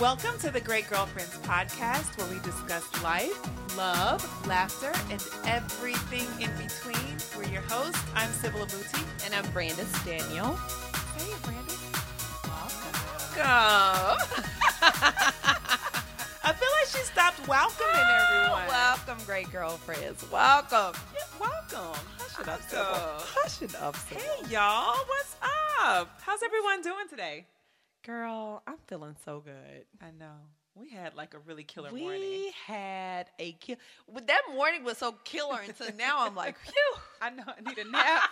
Welcome to the Great Girlfriends podcast, where we discuss life, love, laughter, and everything in between. We're your hosts. I'm Sybil Abuti. And I'm Brandis Daniel. Hey, Brandy. Welcome. I feel like she stopped welcoming everyone. Welcome, great girlfriends. Ah, Welcome. Yeah, welcome. Hush it up, Sybil. Hush it up, Sybil. Hey, y'all. What's up? How's everyone doing today? Girl, I'm feeling so good. I know. We had like a really killer we morning. had a kill. Well, that morning was so killer until now. I'm like, phew. I know. I need a nap.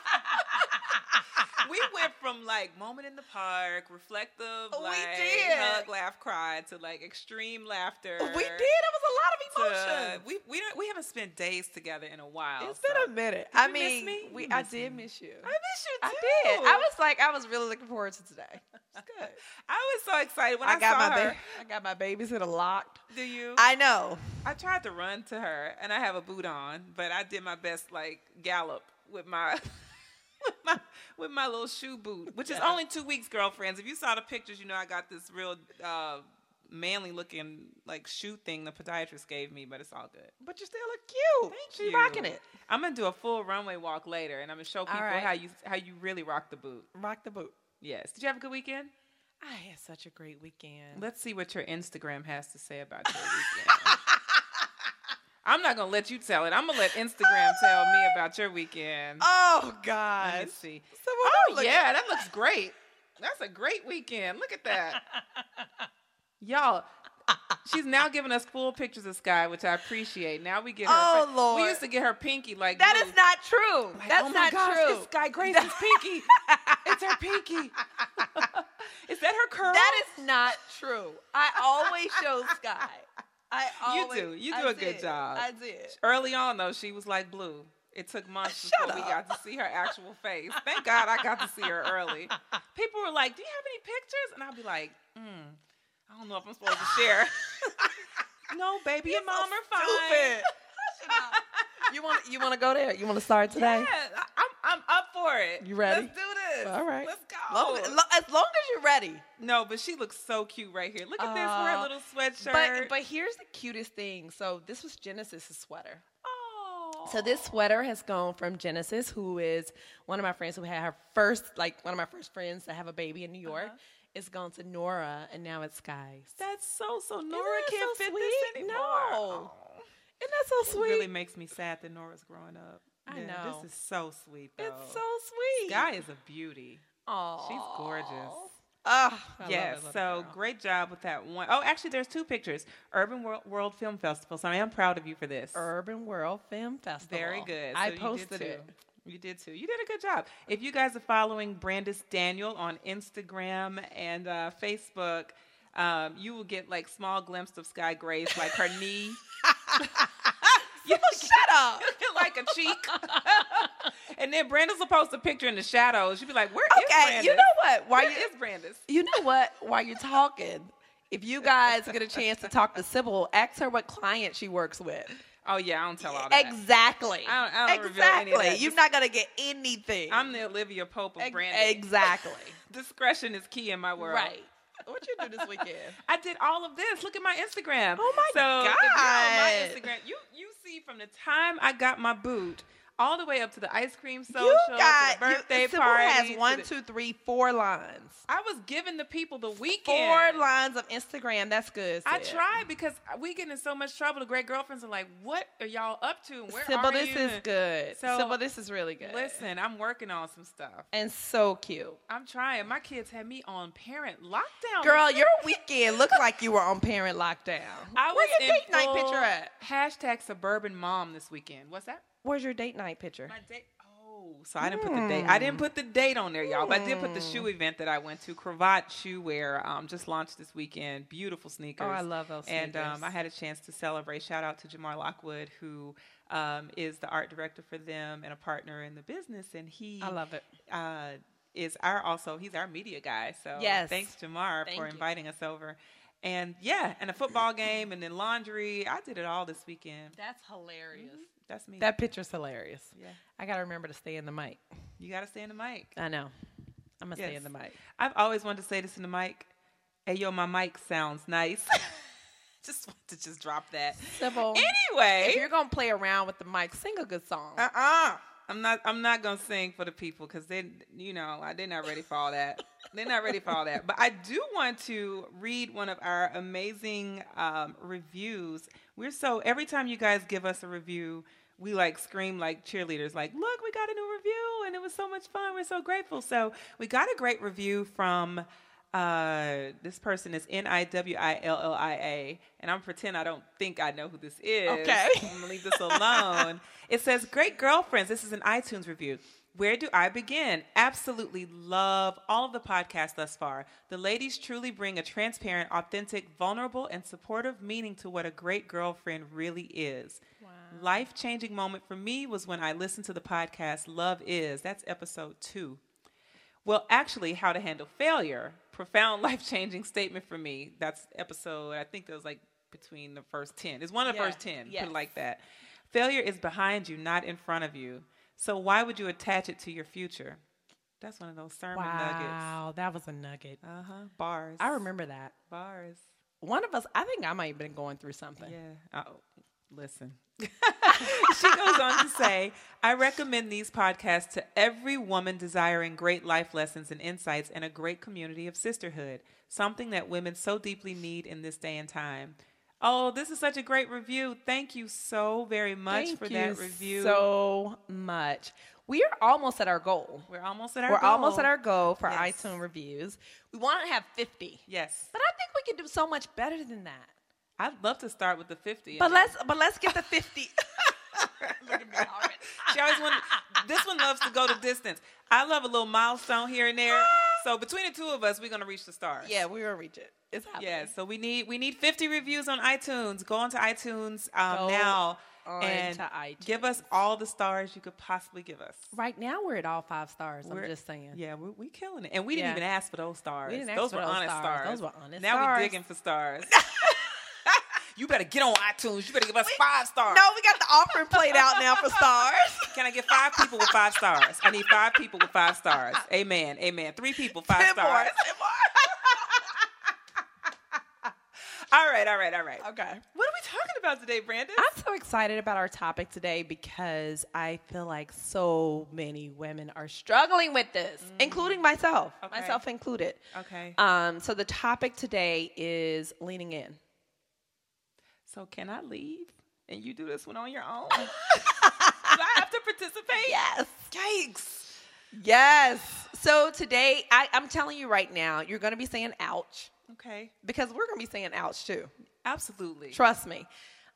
we went from like moment in the park, reflective, We like did. hug, laugh, cry, to like extreme laughter. We did. It to, was a lot of emotion. we we don't we haven't spent days together in a while. It's been a minute. I you miss mean, me? we You I miss did me. miss you. I miss you I too. did. I was like, I was really looking forward to today. It's good. I was so excited when I, I, got saw my her. ba- I got my babysitter locked. Do you? I know. I tried to run to her, and I have a boot on, but I did my best like gallop with my with my with my little shoe boot, which is only two weeks, girlfriends. If you saw the pictures, you know I got this real uh, manly looking like shoe thing the podiatrist gave me, but it's all good. But you still look cute. She's you. rocking it. I'm gonna do a full runway walk later, and I'm gonna show people right. how you how you really rock the boot. Rock the boot. Yes. Did you have a good weekend? I had such a great weekend. Let's see what your Instagram has to say about your weekend. I'm not gonna let you tell it. I'm gonna let Instagram tell me about your weekend. Oh Let God! me see. So what Oh I'm looking- yeah, that looks great. That's a great weekend. Look at that, y'all. She's now giving us full pictures of Sky, which I appreciate. Now we get her. Oh, We Lord. used to get her pinky like That blue. is not true. Like, That's oh my not gosh, true. It's Sky Grace's pinky. It's her pinky. is that her curl? That is not true. I always show Sky. I always. do. You I do a good did. job. I did. Early on, though, she was like blue. It took months Shut before we up. got to see her actual face. Thank God I got to see her early. People were like, "Do you have any pictures?" And I'd be like, mm, "I don't know if I'm supposed to share." no, baby and mom are fine. Stupid. you want you want to go there? You want to start Yeah, today? I- I'm, I'm up for it. You ready? Let's do this. All right. let's go. Long- lo- as long as you're ready. no, but she looks so cute right here. Look at this with her Aw. little sweatshirt. Uh, But but here's the cutest thing. So this was Genesis's sweater. oh, So this sweater has gone from Genesis, who is one of my friends who had her first, like one of my first friends to have a baby in New Uh-huh. York. It's gone to Nora, and now it's Sky's. that's so so. Nora that can't so fit sweet? this anymore. No. Aw. Isn't that so It sweet? really makes me sad that Nora's growing up. I Yeah, know. This is so sweet, though. it's so sweet. Guy is a beauty. Aw. She's gorgeous. Ah, I yes. love it, love So it, girl. great job with that one. Oh, actually, there's two pictures. Urban World, World Film Festival. So I am proud of you for this. Urban World Film Festival. Very good. I So you did posted too. it. You did too. You did a good job. If you guys are following Brandis Daniel on Instagram and uh, Facebook, um, you will get like small glimpses of Sky Grace, like her knee. you shut up. like a cheek. and then Brandis will post a picture in the shadows. You'd be like, "Where is Okay, Brandis? you know what? Why Where you is Brandis? you know what? While you're talking, if you guys get a chance to talk to Sybil, ask her what client she works with. Oh yeah, I don't tell all that. Exactly. I don't- I don't reveal any of exactly. that. You're not gonna get anything. I'm the Olivia Pope of Ex- Brandis. Exactly. Discretion is key in my world. right. What you do this weekend? I did all of this. Look at my Instagram. Oh, my so If you're on God. my Instagram, you you see from the time I got my boot all the way up to the ice cream social, you to got the birthday you, Sybil party. has to one, the- two, three, four lines. I was giving the people the weekend. Four lines of Instagram. That's good. I sis. tried because we get in so much trouble. The great girlfriends are like, "What are y'all up to? And Where Sybil, are this you?" is good. So, Sybil, this is really good. Listen, I'm working on some stuff. and so cute. I'm trying. My kids had me on parent lockdown. Girl, your weekend looked like you were on parent lockdown. I was Where's your in date night full picture at? Hashtag suburban mom this weekend. What's that? Where's your date night picture? My date. Oh, Oh, so I didn't put the date. I didn't Hmm. put the date on there, y'all. But I did put the shoe event that I went to. Cravat Shoe Wear um, just launched this weekend. Beautiful sneakers. Oh, I love those And sneakers. um, I had a chance to celebrate. Shout out to Jamar Lockwood, who um, is the art director for them and a partner in the business. And he, I love it. Uh, is our also he's our media guy. So Yes. thanks Jamar Thank for you. inviting us over. And yeah, and a football game, and then laundry. I did it all this weekend. That's hilarious. That's me. That picture's hilarious. Yeah. I gotta remember to stay in the mic. you got to stay in the mic. I know. I'm gonna stay Yes. in the mic. I've always wanted to say this in the mic. Hey, yo, my mic sounds nice. just want to just drop that. Sybil, if Anyway, you're gonna play around with the mic, sing a good song. uh uh-uh. uh, i am not. I'm not gonna sing for the people because they, you know, I- they're not ready for all that. they're not ready for all that. But I do want to read one of our amazing um, reviews. We're so every time you guys give us a review. We like scream like cheerleaders, like, look, we got a new review and it was so much fun. We're so grateful. So, we got a great review from uh, this person is N I W I L L I A, and I'm pretend I don't think I know who this is. Okay. I'm gonna leave this alone. it says, "Great girlfriends." This is an iTunes review. Where do I begin? Absolutely love all of the podcasts thus far. The ladies truly bring a transparent, authentic, vulnerable, and supportive meaning to what a great girlfriend really is. Life changing moment for me was when I listened to the podcast Love Is. That's episode two. Well, actually, how to handle failure. Profound life changing statement for me. That's episode, I think that was like between the first 10. It's one of the Yeah. first 10, put Yes. it like that. Failure is behind you, not in front of you. So why would you attach it to your future? That's one of those sermon nuggets. wow, that was a nugget. Uh huh. Bars. I remember that. Bars. One of us, I think I might have been going through something. Yeah. Oh, listen. she goes on to say, I recommend these podcasts to every woman desiring great life lessons and insights and a great community of sisterhood, something that women so deeply need in this day and time. Oh, this is such a great review. Thank you so very much Thank for you that review. so much. We are almost at our goal. we're almost at our We're goal. almost at our goal for Yes. iTunes reviews. We want to have 50, Yes. but I think we can do so much better than that. I'd love to start with the 50. But let's but let's get the 50. Look at me already. She always wanted. This one loves to go the distance. I love a little milestone here and there. So between the two of us, we're gonna reach the stars. Yeah, we're gonna reach it. It's happening. Yeah. So we need we need 50 reviews on iTunes. Go onto iTunes um, Go now on and to iTunes. give us all the stars you could possibly give us. Right now we're at all five stars. We're- I'm just saying. Yeah, we we killing it, and we didn't Yeah. even ask for those stars. We didn't ask those for were those honest stars. stars. Those were honest now stars. we digging for stars. you better get on iTunes. You better give us five stars. No, we got the offering played out now for stars. Can I get five people with five stars? I need five people with five stars. Amen. Amen. Three people, five Ten more, stars. ten All right, all right, all right. Okay. What are we talking about today, Brandon? I'm so excited about our topic today because I feel like so many women are struggling with this, including myself, Mm. Okay. myself included. Okay. Um, so the topic today is leaning in. so can I leave and you do this one on your own? do I have to participate? Yes. Yikes. Yes. So today, I, I'm telling you right now, you're going to be saying ouch Okay. because we're going to be saying ouch too. Absolutely. Trust me.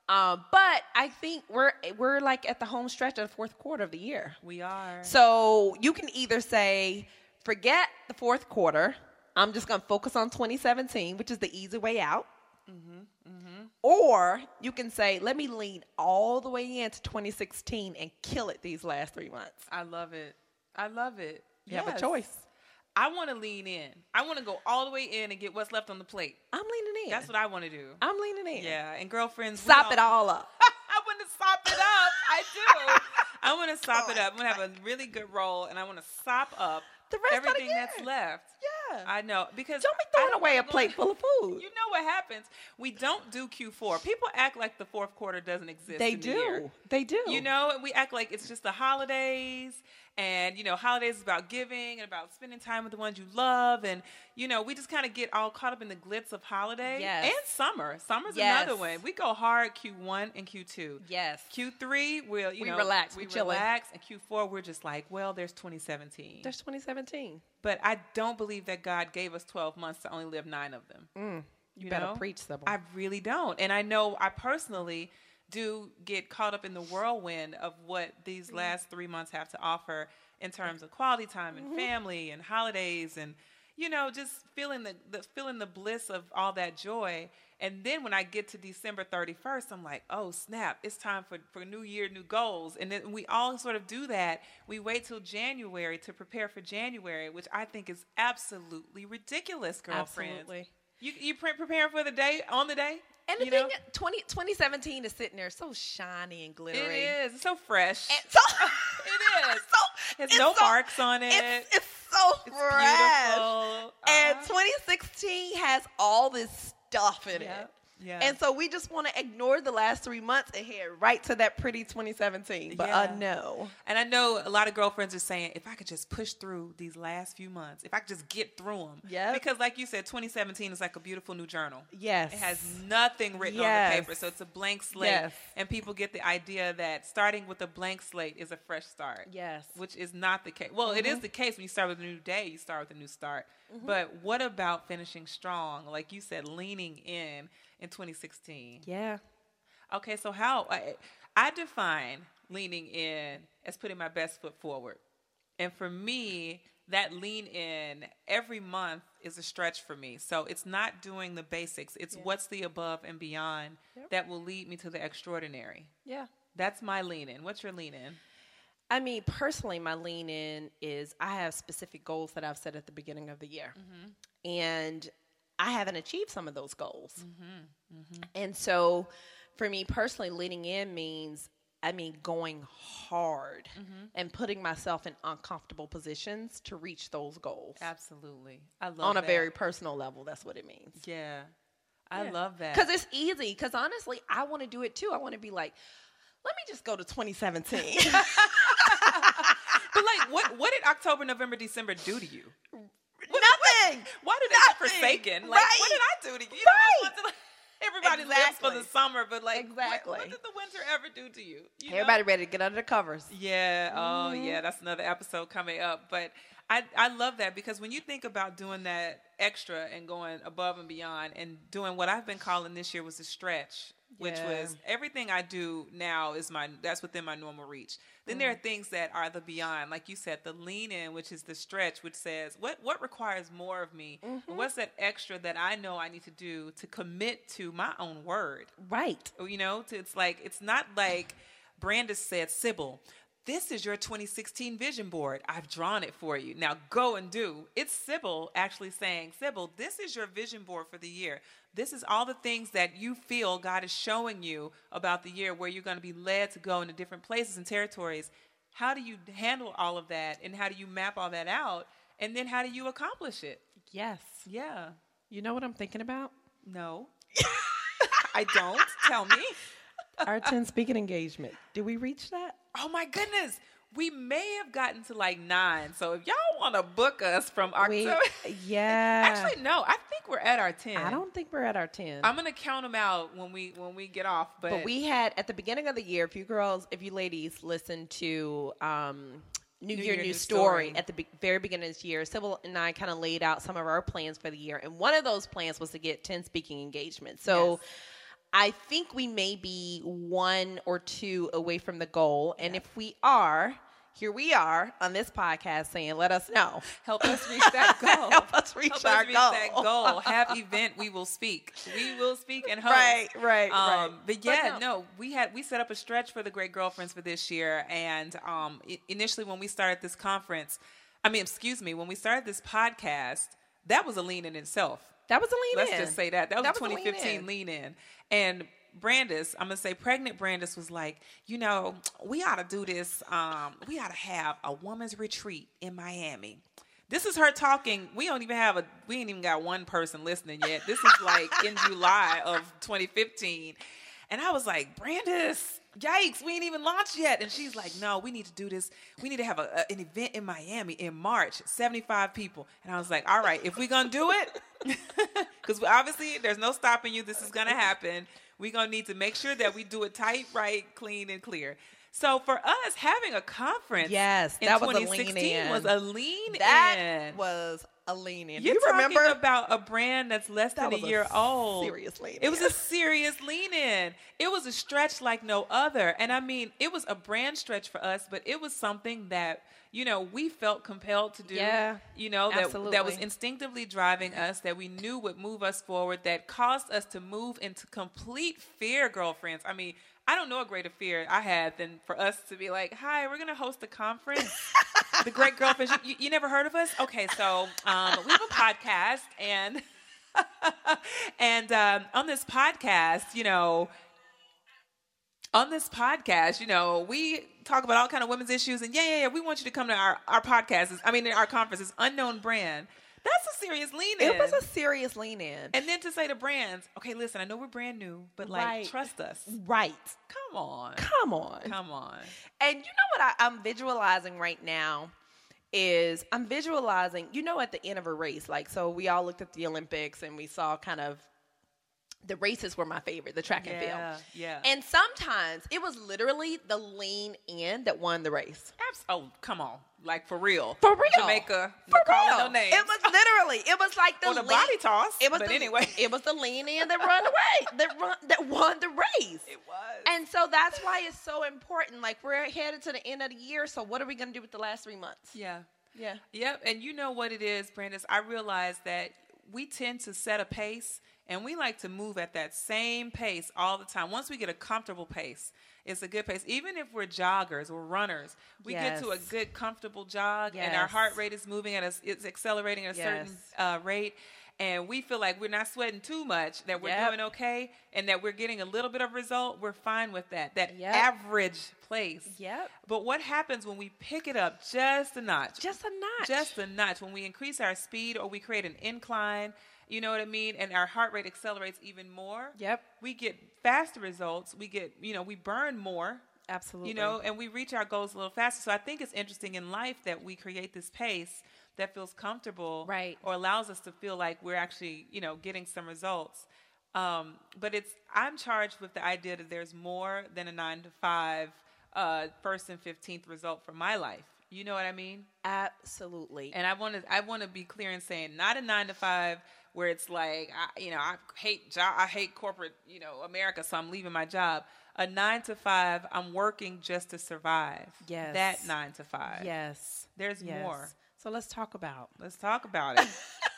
Um, but I think we're we're like at the home stretch of the fourth quarter of the year. we are. So you can either say, forget the fourth quarter. I'm just going to focus on 2017, which is the easy way out. Mm-hmm, Or you can say, let me lean all the way into 2016 and kill it these last three months. I love it. I love it. You have a Yes. choice. I want to lean in. I want to go all the way in and get what's left on the plate. I'm leaning in. That's what I want to do. I'm leaning in. yeah, and girlfriends, we Sop it don't- all up. Oh I want to sop it up. I do. I want to sop it up. I'm gonna have a really good roll, and I want to sop up The rest of the everything that's year. left. Yeah. I know because Don't be I throwing away a wanna go- plate full of food. You know what happens? We don't do Q4. People act like the fourth quarter doesn't exist. they in the year. do. They do. You know, and we act like it's just the holidays. And, you know, holidays is about giving and about spending time with the ones you love. And, you know, we just kind of get all caught up in the glitz of holiday Yes. and summer. Summer's Yes. another one. We go hard Q1 and Q2. Yes. Q3, we'll, you We know, relax, We we chillin'. relax. And Q4, we're just like, well, there's 2017. There's 2017. but I don't believe that God gave us 12 months to only live nine of them. Mm. You, better know? preach, Sybil. I really don't. And I know I personally do get caught up in the whirlwind of what these last three months have to offer in terms of quality time and family and holidays and you know just feeling the, the feeling the bliss of all that joy and then when i get to december 31st i'm like oh snap it's time for, for new year new goals and then we all sort of do that we wait till january to prepare for january which i think is absolutely ridiculous girlfriends Absolutely. you, you pre- prepare for the day on the day And the you thing, know? 20, 2017 is sitting there so shiny and glittery. It is. It's so fresh. And so, It is. So, There's no marks on it. It's, it's so It's fresh. beautiful. And Uh-huh. 2016 has all this stuff in Yep. it. Yeah. And so we just want to ignore the last three months and head right to that pretty 2017. But Yeah. uh, no. And I know a lot of girlfriends are saying, if I could just push through these last few months, if I could just get through them. Yep. Because, like you said, 2017 is like a beautiful new journal. Yes. It has nothing written on Yes. the paper, so it's a blank slate. Yes. And people get the idea that starting with a blank slate is a fresh start. Yes. Mm-hmm. Which is not the case. Well, it is the case when you start with a new day, you start with a new start. But what about finishing strong? Like you said, leaning in in 2016. Yeah. Okay, so how I, I define leaning in as putting my best foot forward. And for me, that lean in every month is a stretch for me. So it's not doing the basics, it's what's the above and beyond that will lead me to the extraordinary. Yeah. That's my lean in. What's your lean in? I mean, personally, my lean in is I have specific goals that I've set at the beginning of the year. Mm-hmm. And I haven't achieved some of those goals. Mm-hmm. And so for me personally, leaning in means, I mean, going hard and putting myself in uncomfortable positions to reach those goals. Absolutely. I love On a that. very personal level, that's what it means. Yeah. I love that. Because it's easy. Because honestly, I want to do it too. I want to be like, let me just go to 2017. But like what what did October, November, December do to you? Nothing. Why did I get Nothing. forsaken? Like what Right. did I do to you? you know, I Right. want to, like, everybody lives for the Exactly. summer, but like what- what, Exactly. did the winter ever do to you? You know? Everybody ready to get under the covers. Yeah. Oh, yeah. That's another episode coming up. But I, I love that because when you think about doing that extra and going above and beyond and doing what I've been calling this year was a stretch, which Yeah. was everything I do now is my that's within my normal reach. Then there are things that are the beyond, like you said, the lean in, which is the stretch, which says what what requires more of me, And what's that extra that I know I need to do to commit to my own word Right. you know to- it's like it's not like brandis said sybil this is your 2016 vision board i've drawn it for you now go and do it's sybil actually saying sybil this is your vision board for the year this is all the things that you feel god is showing you about the year where you're going to be led to go into different places and territories how do you handle all of that and how do you map all that out and then how do you accomplish it Yes. yeah You know what I'm thinking about? no i don't tell me Our 10 speaking engagement. Did we reach that? Oh my goodness. We may have gotten to like nine. So if y'all want to book us from We, October. yeah. Actually, no, I think we're at our 10. I don't think we're at our 10. I'm going to count them out when we when we get off. But, but we had at the beginning of the year, if you girls, if you ladies listen to um, New, Year, New, Story, at the be- very beginning of this year, Sybil and I kind of laid out some of our plans for the year. And one of those plans was to get 10 speaking engagements. So I think we may be one or two away from the goal. And if we are, here we are on this podcast saying, let us know. help us reach that goal. Help us reach Help our us reach goal. that goal. Have event. We will speak. We will speak and host. Um, Right, right, right. But But yeah, no. no. we had we set up a stretch for the great girlfriends for this year, and um, i- initially when we started this conference, I mean, excuse me, when we started this podcast, that was a lean in itself. That was a lean Let's in. just say that that was, a a lean 2015 in. lean in. and. Brandis, I'm gonna say pregnant Brandis was like, you know, we ought to do this. Um, we ought to have a woman's retreat in Miami. This is her talking. We don't even have a, we ain't even got one person listening yet. This is like in July of 2015. And I was like, Brandis, yikes, we ain't even launched yet. And she's like, no, we need to do this. We need to have a, a- an event in Miami in March, 75 people. And I was like, all right, if we going to do it, because obviously there's no stopping you, this is going to happen. we going to need to make sure that we do it tight, right, clean, and clear. So for us, having a conference Yes, in that was a lean 2016 was in. a lean That in. was a lean in. You're you talking remember about a brand that's less That than a was a year old. serious lean It was in. a serious lean in. It was a stretch like no other. And I mean, it was a brand stretch for us, but it was something that, you know, we felt compelled to do. Yeah, You know, that, that was absolutely. instinctively driving us, that we knew would move us forward, that caused us to move into complete fear, girlfriends. I mean, I don't know a greater fear I had than for us to be like, hi, we're going to host a conference. the great girlfriends. You, you, you never heard of us? Okay, so um, we have a podcast, and and um, on this podcast, you know, on this podcast, you know, we talk about all kind of women's issues, and yeah, yeah, yeah. We want you to come to our our podcasts. I mean, our conferences. Unknown brand. That's a serious lean in. It was a serious lean in. and then to say to brands, okay, listen, I know we're brand new, but like, Right. trust us. right. Come on, Come on. come on. And you know what I, I'm visualizing right now is I'm visualizing, you know, at the end of a race, like, so we all looked at the Olympics and we saw kind of the races were my favorite, the track and Yeah, field. yeah. And sometimes it was literally the lean in that won the race. Abs- oh, come on, like for real, For real. Jamaica, For no calling real. no names. It was literally, it was like the Or the lean- body toss, It was but the, anyway. It was the lean in that run away, that run that won the race. It was. And so that's why it's so important. Like we're headed to the end of the year, so what are we going to do with the last three months? yeah. Yeah. Yep. And you know what it is, Brandis. I realize that we tend to set a pace and we like to move at that same pace all the time. Once we get a comfortable pace, it's a good pace. Even if we're joggers or runners, we get to a Yes. good, comfortable jog and our Yes. heart rate is moving at us, it's accelerating at a certain Yes. uh, rate. And we feel like we're not sweating too much, that we're Yep. doing okay, and that we're getting a little bit of result. We're fine with that. That Yep. average place. Yep. But what happens when we pick it up just a notch? Just a notch. Just the notch. When we increase our speed or we create an incline, you know what I mean? And our heart rate accelerates even more. Yep. We get faster results. We get, you know, we burn more, Absolutely. you know, and we reach our goals a little faster. So I think it's interesting in life that we create this pace that feels comfortable Right. or allows us to feel like we're actually, you know, getting some results. Um, but it's, I'm charged with the idea that there's more than a nine to five, uh, first and 15th result for my life. You know what I mean? absolutely. And I want to I want to be clear in saying not a nine to five where it's like I, you know I hate job I hate corporate you know America so I'm leaving my job. A nine to five I'm working just to survive. Yes. that nine to five. yes. there's more. So let's talk about. Let's talk about it.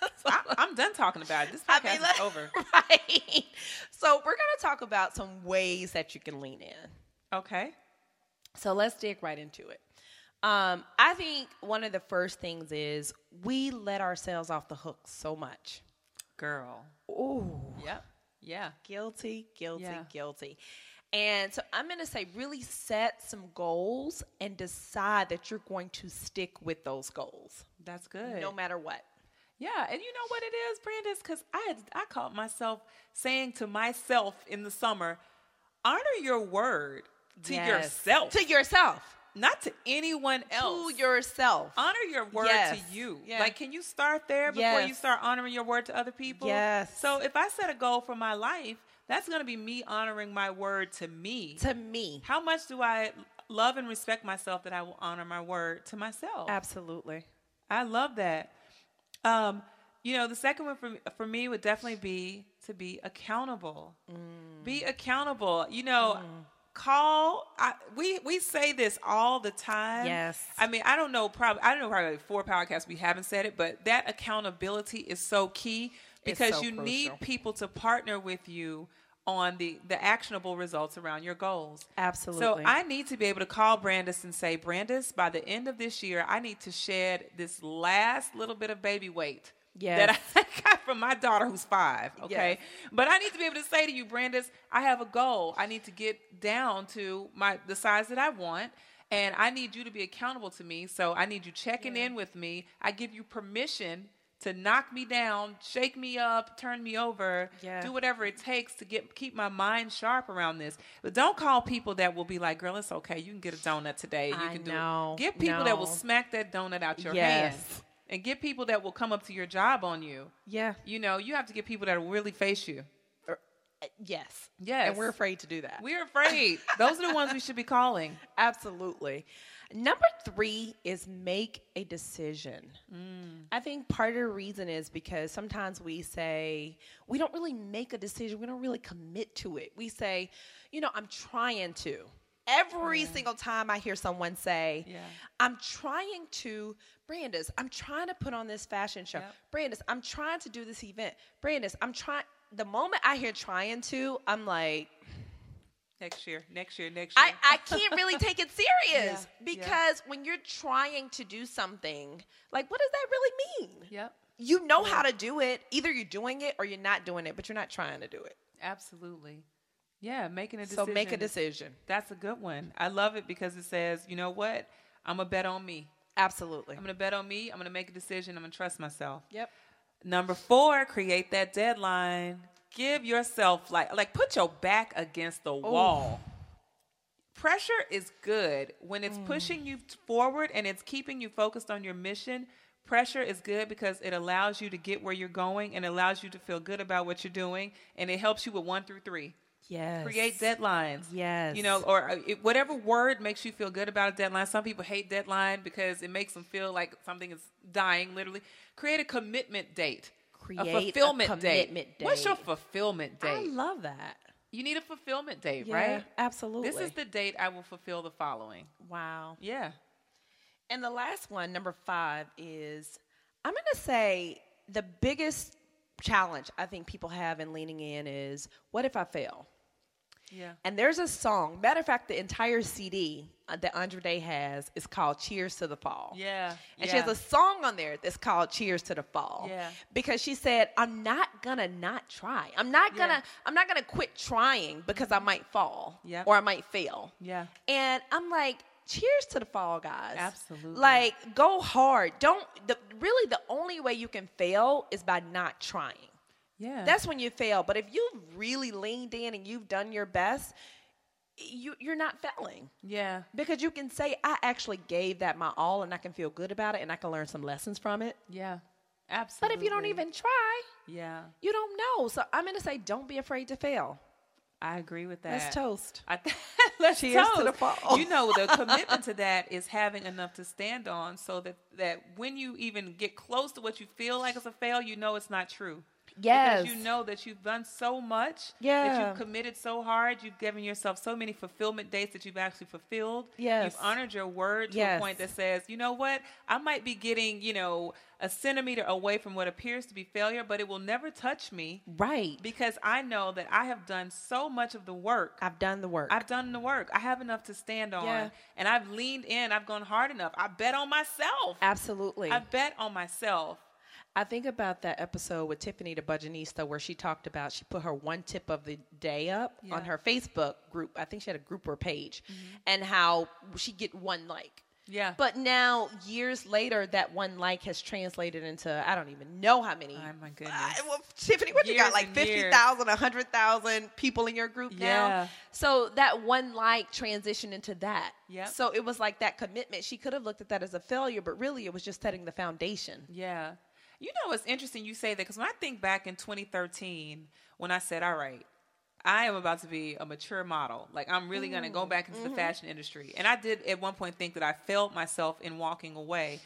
I, I'm done talking about it. This podcast let- is over. Right. So we're going to talk about some ways that you can lean in. Okay. So let's dig right into it. Um, I think one of the first things is we let ourselves off the hook so much. Girl. Ooh. Yep. Yeah. Guilty, guilty, Yeah. guilty. And so I'm going to say really set some goals and decide that you're going to stick with those goals That's good. no matter what. Yeah, and you know what it is, Brandis? Because I had, I caught myself saying to myself in the summer, honor your word to Yes. yourself, To yourself. not to anyone else. Um, To yourself. honor your word Yes. to you. Yeah. Like, can you start there before you Yes. start honoring your word to other people? Yes. So if I set a goal for my life, that's going to be me honoring my word to me. to me. How much do I love and respect myself that I will honor my word to myself? Absolutely. I love that. Um, you know, the second one for for me would definitely be to be accountable. Mm. Be accountable. You know, call. I, we we say this all the time. Yes. I mean, I don't know. Probably I don't know. Probably like four podcasts we haven't said it, but that accountability is so key It's because so you need crucial. people to partner with you on the the actionable results around your goals. Absolutely. So I need to be able to call Brandis and say, Brandis, by the end of this year, I need to shed this last little bit of baby weight Yes. that I got from my daughter who's five. Okay. But I need to be able to say to you, Brandis, I have a goal. I need to get down to my the size that I want. And I need you to be accountable to me. So I need you checking in with me. I give you permission to knock me down, shake me up, turn me over, Yeah. do whatever it takes to get keep my mind sharp around this. But don't call people that will be like, "Girl, it's okay. You can get a donut today. You I can do know. it." Get people that will No. smack that donut out your Yes. hand, and get people that will come up to your job on you. Yeah. You know, you have to get people that will really face you. Yes. Yes. And we're afraid to do that. We're afraid. Those are the ones we should be calling. Absolutely. Number three is make a decision. Mm. I think part of the reason is because sometimes we say we don't really make a decision, we don't really commit to it. We say, you know, I'm trying to. Every single time I hear someone say, Yeah. I'm trying to, Brandis, I'm trying to put on this fashion show. Yep. Brandis, I'm trying to do this event. Brandis, I'm trying. The moment I hear trying to, I'm like, Next year, next year, next year. I, I can't really take it serious Yeah, because yeah. when you're trying to do something, like what does that really mean? Yep. You know how to do it. Either you're doing it or you're not doing it, but you're not trying to do it. Absolutely. Yeah, making a So decision. make a is- decision. That's a good one. I love it because it says, you know what? I'm going to bet on me. Absolutely. I'm going to bet on me. I'm going to make a decision. I'm going to trust myself. Yep. Number four, create that deadline. Give yourself like like put your back against the wall. Pressure is good when it's pushing you t- forward and it's keeping you focused on your mission. Pressure is good because it allows you to get where you're going and allows you to feel good about what you're doing and it helps you with one through three. Yes. Create deadlines. Yes. You know, or uh, it, whatever word makes you feel good about a deadline. Some people hate deadline because it makes them feel like something is dying, literally. Create a commitment date. Create a a fulfillment commitment date. What's your date. fulfillment date? I love that. you need a fulfillment date, Yeah, right? Absolutely. This is the date I will fulfill the following. wow. Yeah. And the last one, number five, is I'm going to say the biggest challenge I think people have in leaning in is what if I fail? Yeah. And there's a song. Matter of fact, the entire CD uh, that Andre Day has is called "Cheers to the Fall." Yeah, and she has yeah. a song on there that's called "Cheers to the Fall." Yeah. because she said, "I'm not gonna not try. I'm not Yeah. gonna. I'm not gonna quit trying because I might fall. Yep. or I might fail. Yeah. And I'm like, cheers to the fall, guys. Absolutely. Like, go hard. Don't, the, really, the only way you can fail is by not trying. Yeah. That's when you fail. But if you've really leaned in and you've done your best, you, you're not failing. yeah. Because you can say, I actually gave that my all and I can feel good about it and I can learn some lessons from it. Yeah. Absolutely. But if you don't Mm-hmm. even try, Yeah. you don't know. So I'm going to say, don't be afraid to fail. I agree with that. Let's toast. I th- let's Cheers to toast. the fall. You know, the commitment to that is having enough to stand on, so that that when you even get close to what you feel like is a fail, you know it's not true. Yes. because you know that you've done so much. that Yeah. you've committed so hard. You've given yourself so many fulfillment dates that you've actually fulfilled. Yes. you've honored your word to a Yes. point that says, you know what, I might be getting you know a centimeter away from what appears to be failure, but it will never touch me. Right. Because I know that I have done so much of the work. I've done the work. I've done the work. I have enough to stand on. Yeah. And I've leaned in. I've gone hard enough. I bet on myself. Absolutely. I bet on myself. I think about that episode with Tiffany the Budgenista where she talked about she put her one tip of the day up on Yeah. Mm-hmm. her Facebook group. I think she had a group or page, and how she get one like. Yeah. But now years later, that one like has translated into I don't even know how many. Oh, my goodness. I- well, Tiffany, what you got? Years Like and years. fifty thousand, hundred thousand people in your group now. Yeah. So that one like transitioned into that. Yep. So it was like that commitment. She could have looked at that as a failure, but really it was just setting the foundation. Yeah. You know, it's interesting you say that because when I think back in 2013, when I said, all right, I am about to be a mature model. Like, I'm really going to go back into the fashion industry. And I did at one point think that I failed myself in walking away.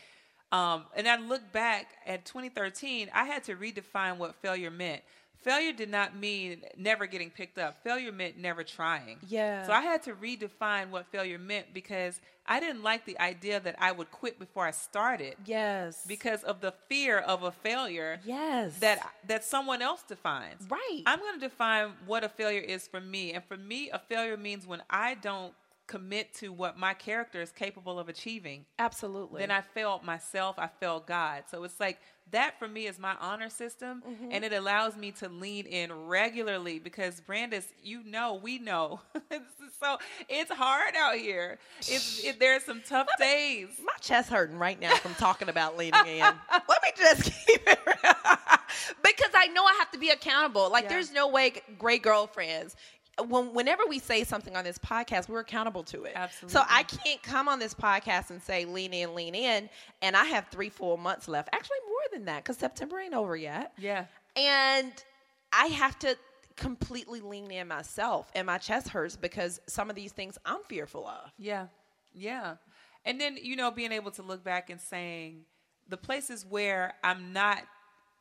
Um, and I look back at 2013, I had to redefine what failure meant. Failure did not mean never getting picked up. Failure meant never trying. Yeah. So I had to redefine what failure meant because I didn't like the idea that I would quit before I started Yes. because of the fear of a failure Yes. that that someone else defines. Right. I'm going to define what a failure is for me. And for me, a failure means when I don't commit to what my character is capable of achieving. absolutely. Then I failed myself, I failed God. So it's like that for me is my honor system Mm-hmm. and it allows me to lean in regularly because Brandis, you know, we know. This is so it's hard out here. It's it, there's some tough days. my chest hurting right now from talking about leaning in. Let me just keep it real. because I know I have to be accountable. Like Yeah. there's no way great girlfriends when, whenever we say something on this podcast, we're accountable to it. Absolutely. So I can't come on this podcast and say lean in, lean in, and I have three full months left. Actually, more than that because September ain't over yet. Yeah. and I have to completely lean in myself and my chest hurts because some of these things I'm fearful of. Yeah. Yeah. And then, you know, being able to look back and saying the places where I'm not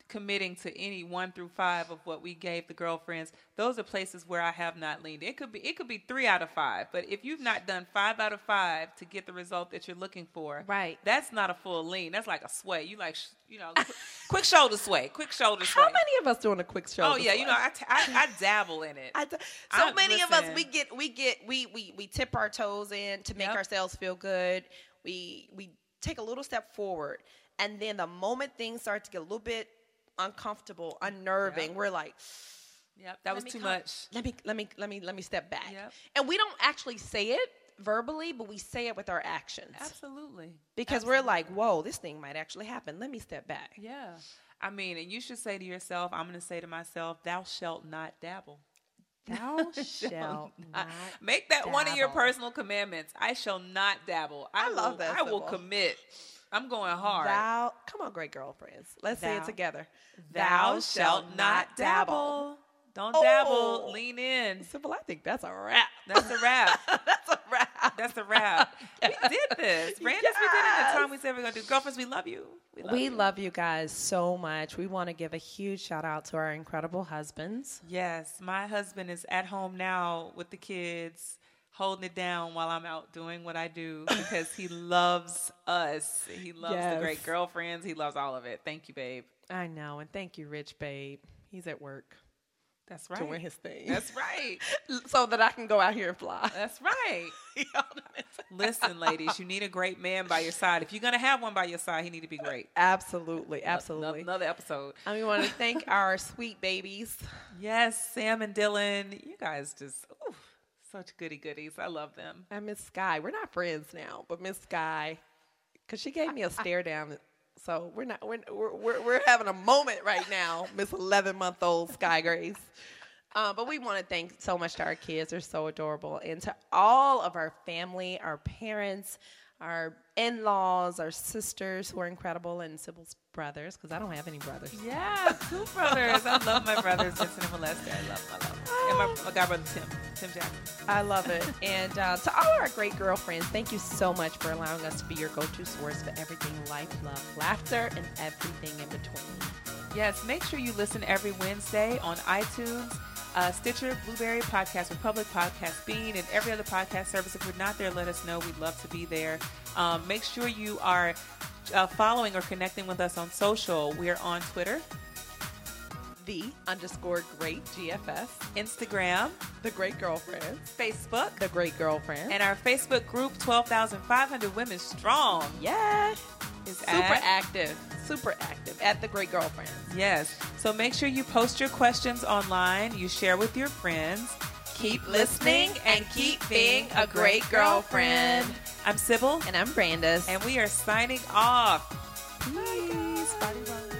committing to any one through five of what we gave the girlfriends, those are places where I have not leaned. It could be it could be three out of five, but if you've not done five out of five to get the result that you're looking for, Right. That's not a full lean. That's like a sway. You like sh- you know, qu- quick shoulder sway, quick shoulder sway. How many of us doing a quick show? oh yeah, you know, I, t- I I dabble in it. I d- so I'm- many of us listen. we get we get we we we tip our toes in to make Yep. ourselves feel good. We we take a little step forward, and then the moment things start to get a little bit uncomfortable, unnerving, we're like, yep, that "Let was me too come- much. Let me let me let me let me step back. Yep. And we don't actually say it verbally, but we say it with our actions Absolutely. because we're like, "Whoa, this thing might actually happen. Let me step back." Yeah. I mean, and you should say to yourself, I'm going to say to myself, thou shalt not dabble. Thou shalt I- make that one of your dabble. personal commandments. I shall not dabble. I, I love will, that I will syllable. commit. I'm going hard. Thou, come on, great girlfriends. Let's say it Thou- together. Thou Don't Oh. dabble. Lean in. Simple. I think that's a wrap. That's a wrap. that's a wrap. That's a wrap. We did this. Brandis, we did it at the Yes. time we said we are going to do. Girlfriends, we love you. We love we you. love you guys so much. We want to give a huge shout out to our incredible husbands. Yes, my husband is at home now with the kids, holding it down while I'm out doing what I do because he loves us. He loves Yes. the great girlfriends. He loves all of it. Thank you, babe. I know, and thank you, Rich Babe. He's at work That's right. doing his thing, That's right. so that I can go out here and fly. That's right. Listen, ladies, you need a great man by your side. If you're gonna have one by your side, he need to be great. absolutely, absolutely. Another episode. And we want to thank our sweet babies. Yes, Sam and Dylan, you guys just ooh, such goody goodies. I love them. I miss Sky. We're not friends now, but Miss Sky, because she gave me a stare down. So we're not. We're we're, we're, we're having a moment right now, Miss Eleven month old Sky Grace. Uh, but we want to thank so much to our kids. They're so adorable, and to all of our family, our parents, our in laws, our sisters who are incredible, and Sybil's brothers because I don't have any brothers. Yeah, two brothers. I love my brothers, Vincent and Molester. I love my love. And my, my god brother Tim, Tim Jackson. I love it. And uh, to all our great girlfriends, thank you so much for allowing us to be your go to source for everything life, love, laughter, and everything in between. Yes, make sure you listen every Wednesday on iTunes, uh, Stitcher, Blueberry, Podcast Republic, Podcast Bean, and every other podcast service. If you're not there, let us know. We'd love to be there. Um, make sure you are uh, following or connecting with us on social. We're on Twitter, The underscore great GFS, Instagram, the great girlfriends, Facebook, the great girlfriend. and our Facebook group, 12,500 Women Strong. yeah, Is super active, super active at the great girlfriends. Yes. So make sure you post your questions online, you share with your friends. Keep listening and keep being a great girlfriend. I'm Sybil, And I'm Brandis. and we are signing off. Peace. Body rock.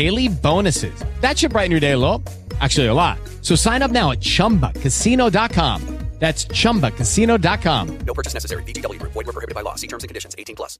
daily bonuses. That should brighten your day a little. Actually, a lot. So sign up now at chumbacasino.com. That's chumbacasino.com. No purchase necessary. VGW Group. Void were prohibited by law. See terms and conditions. 18 plus.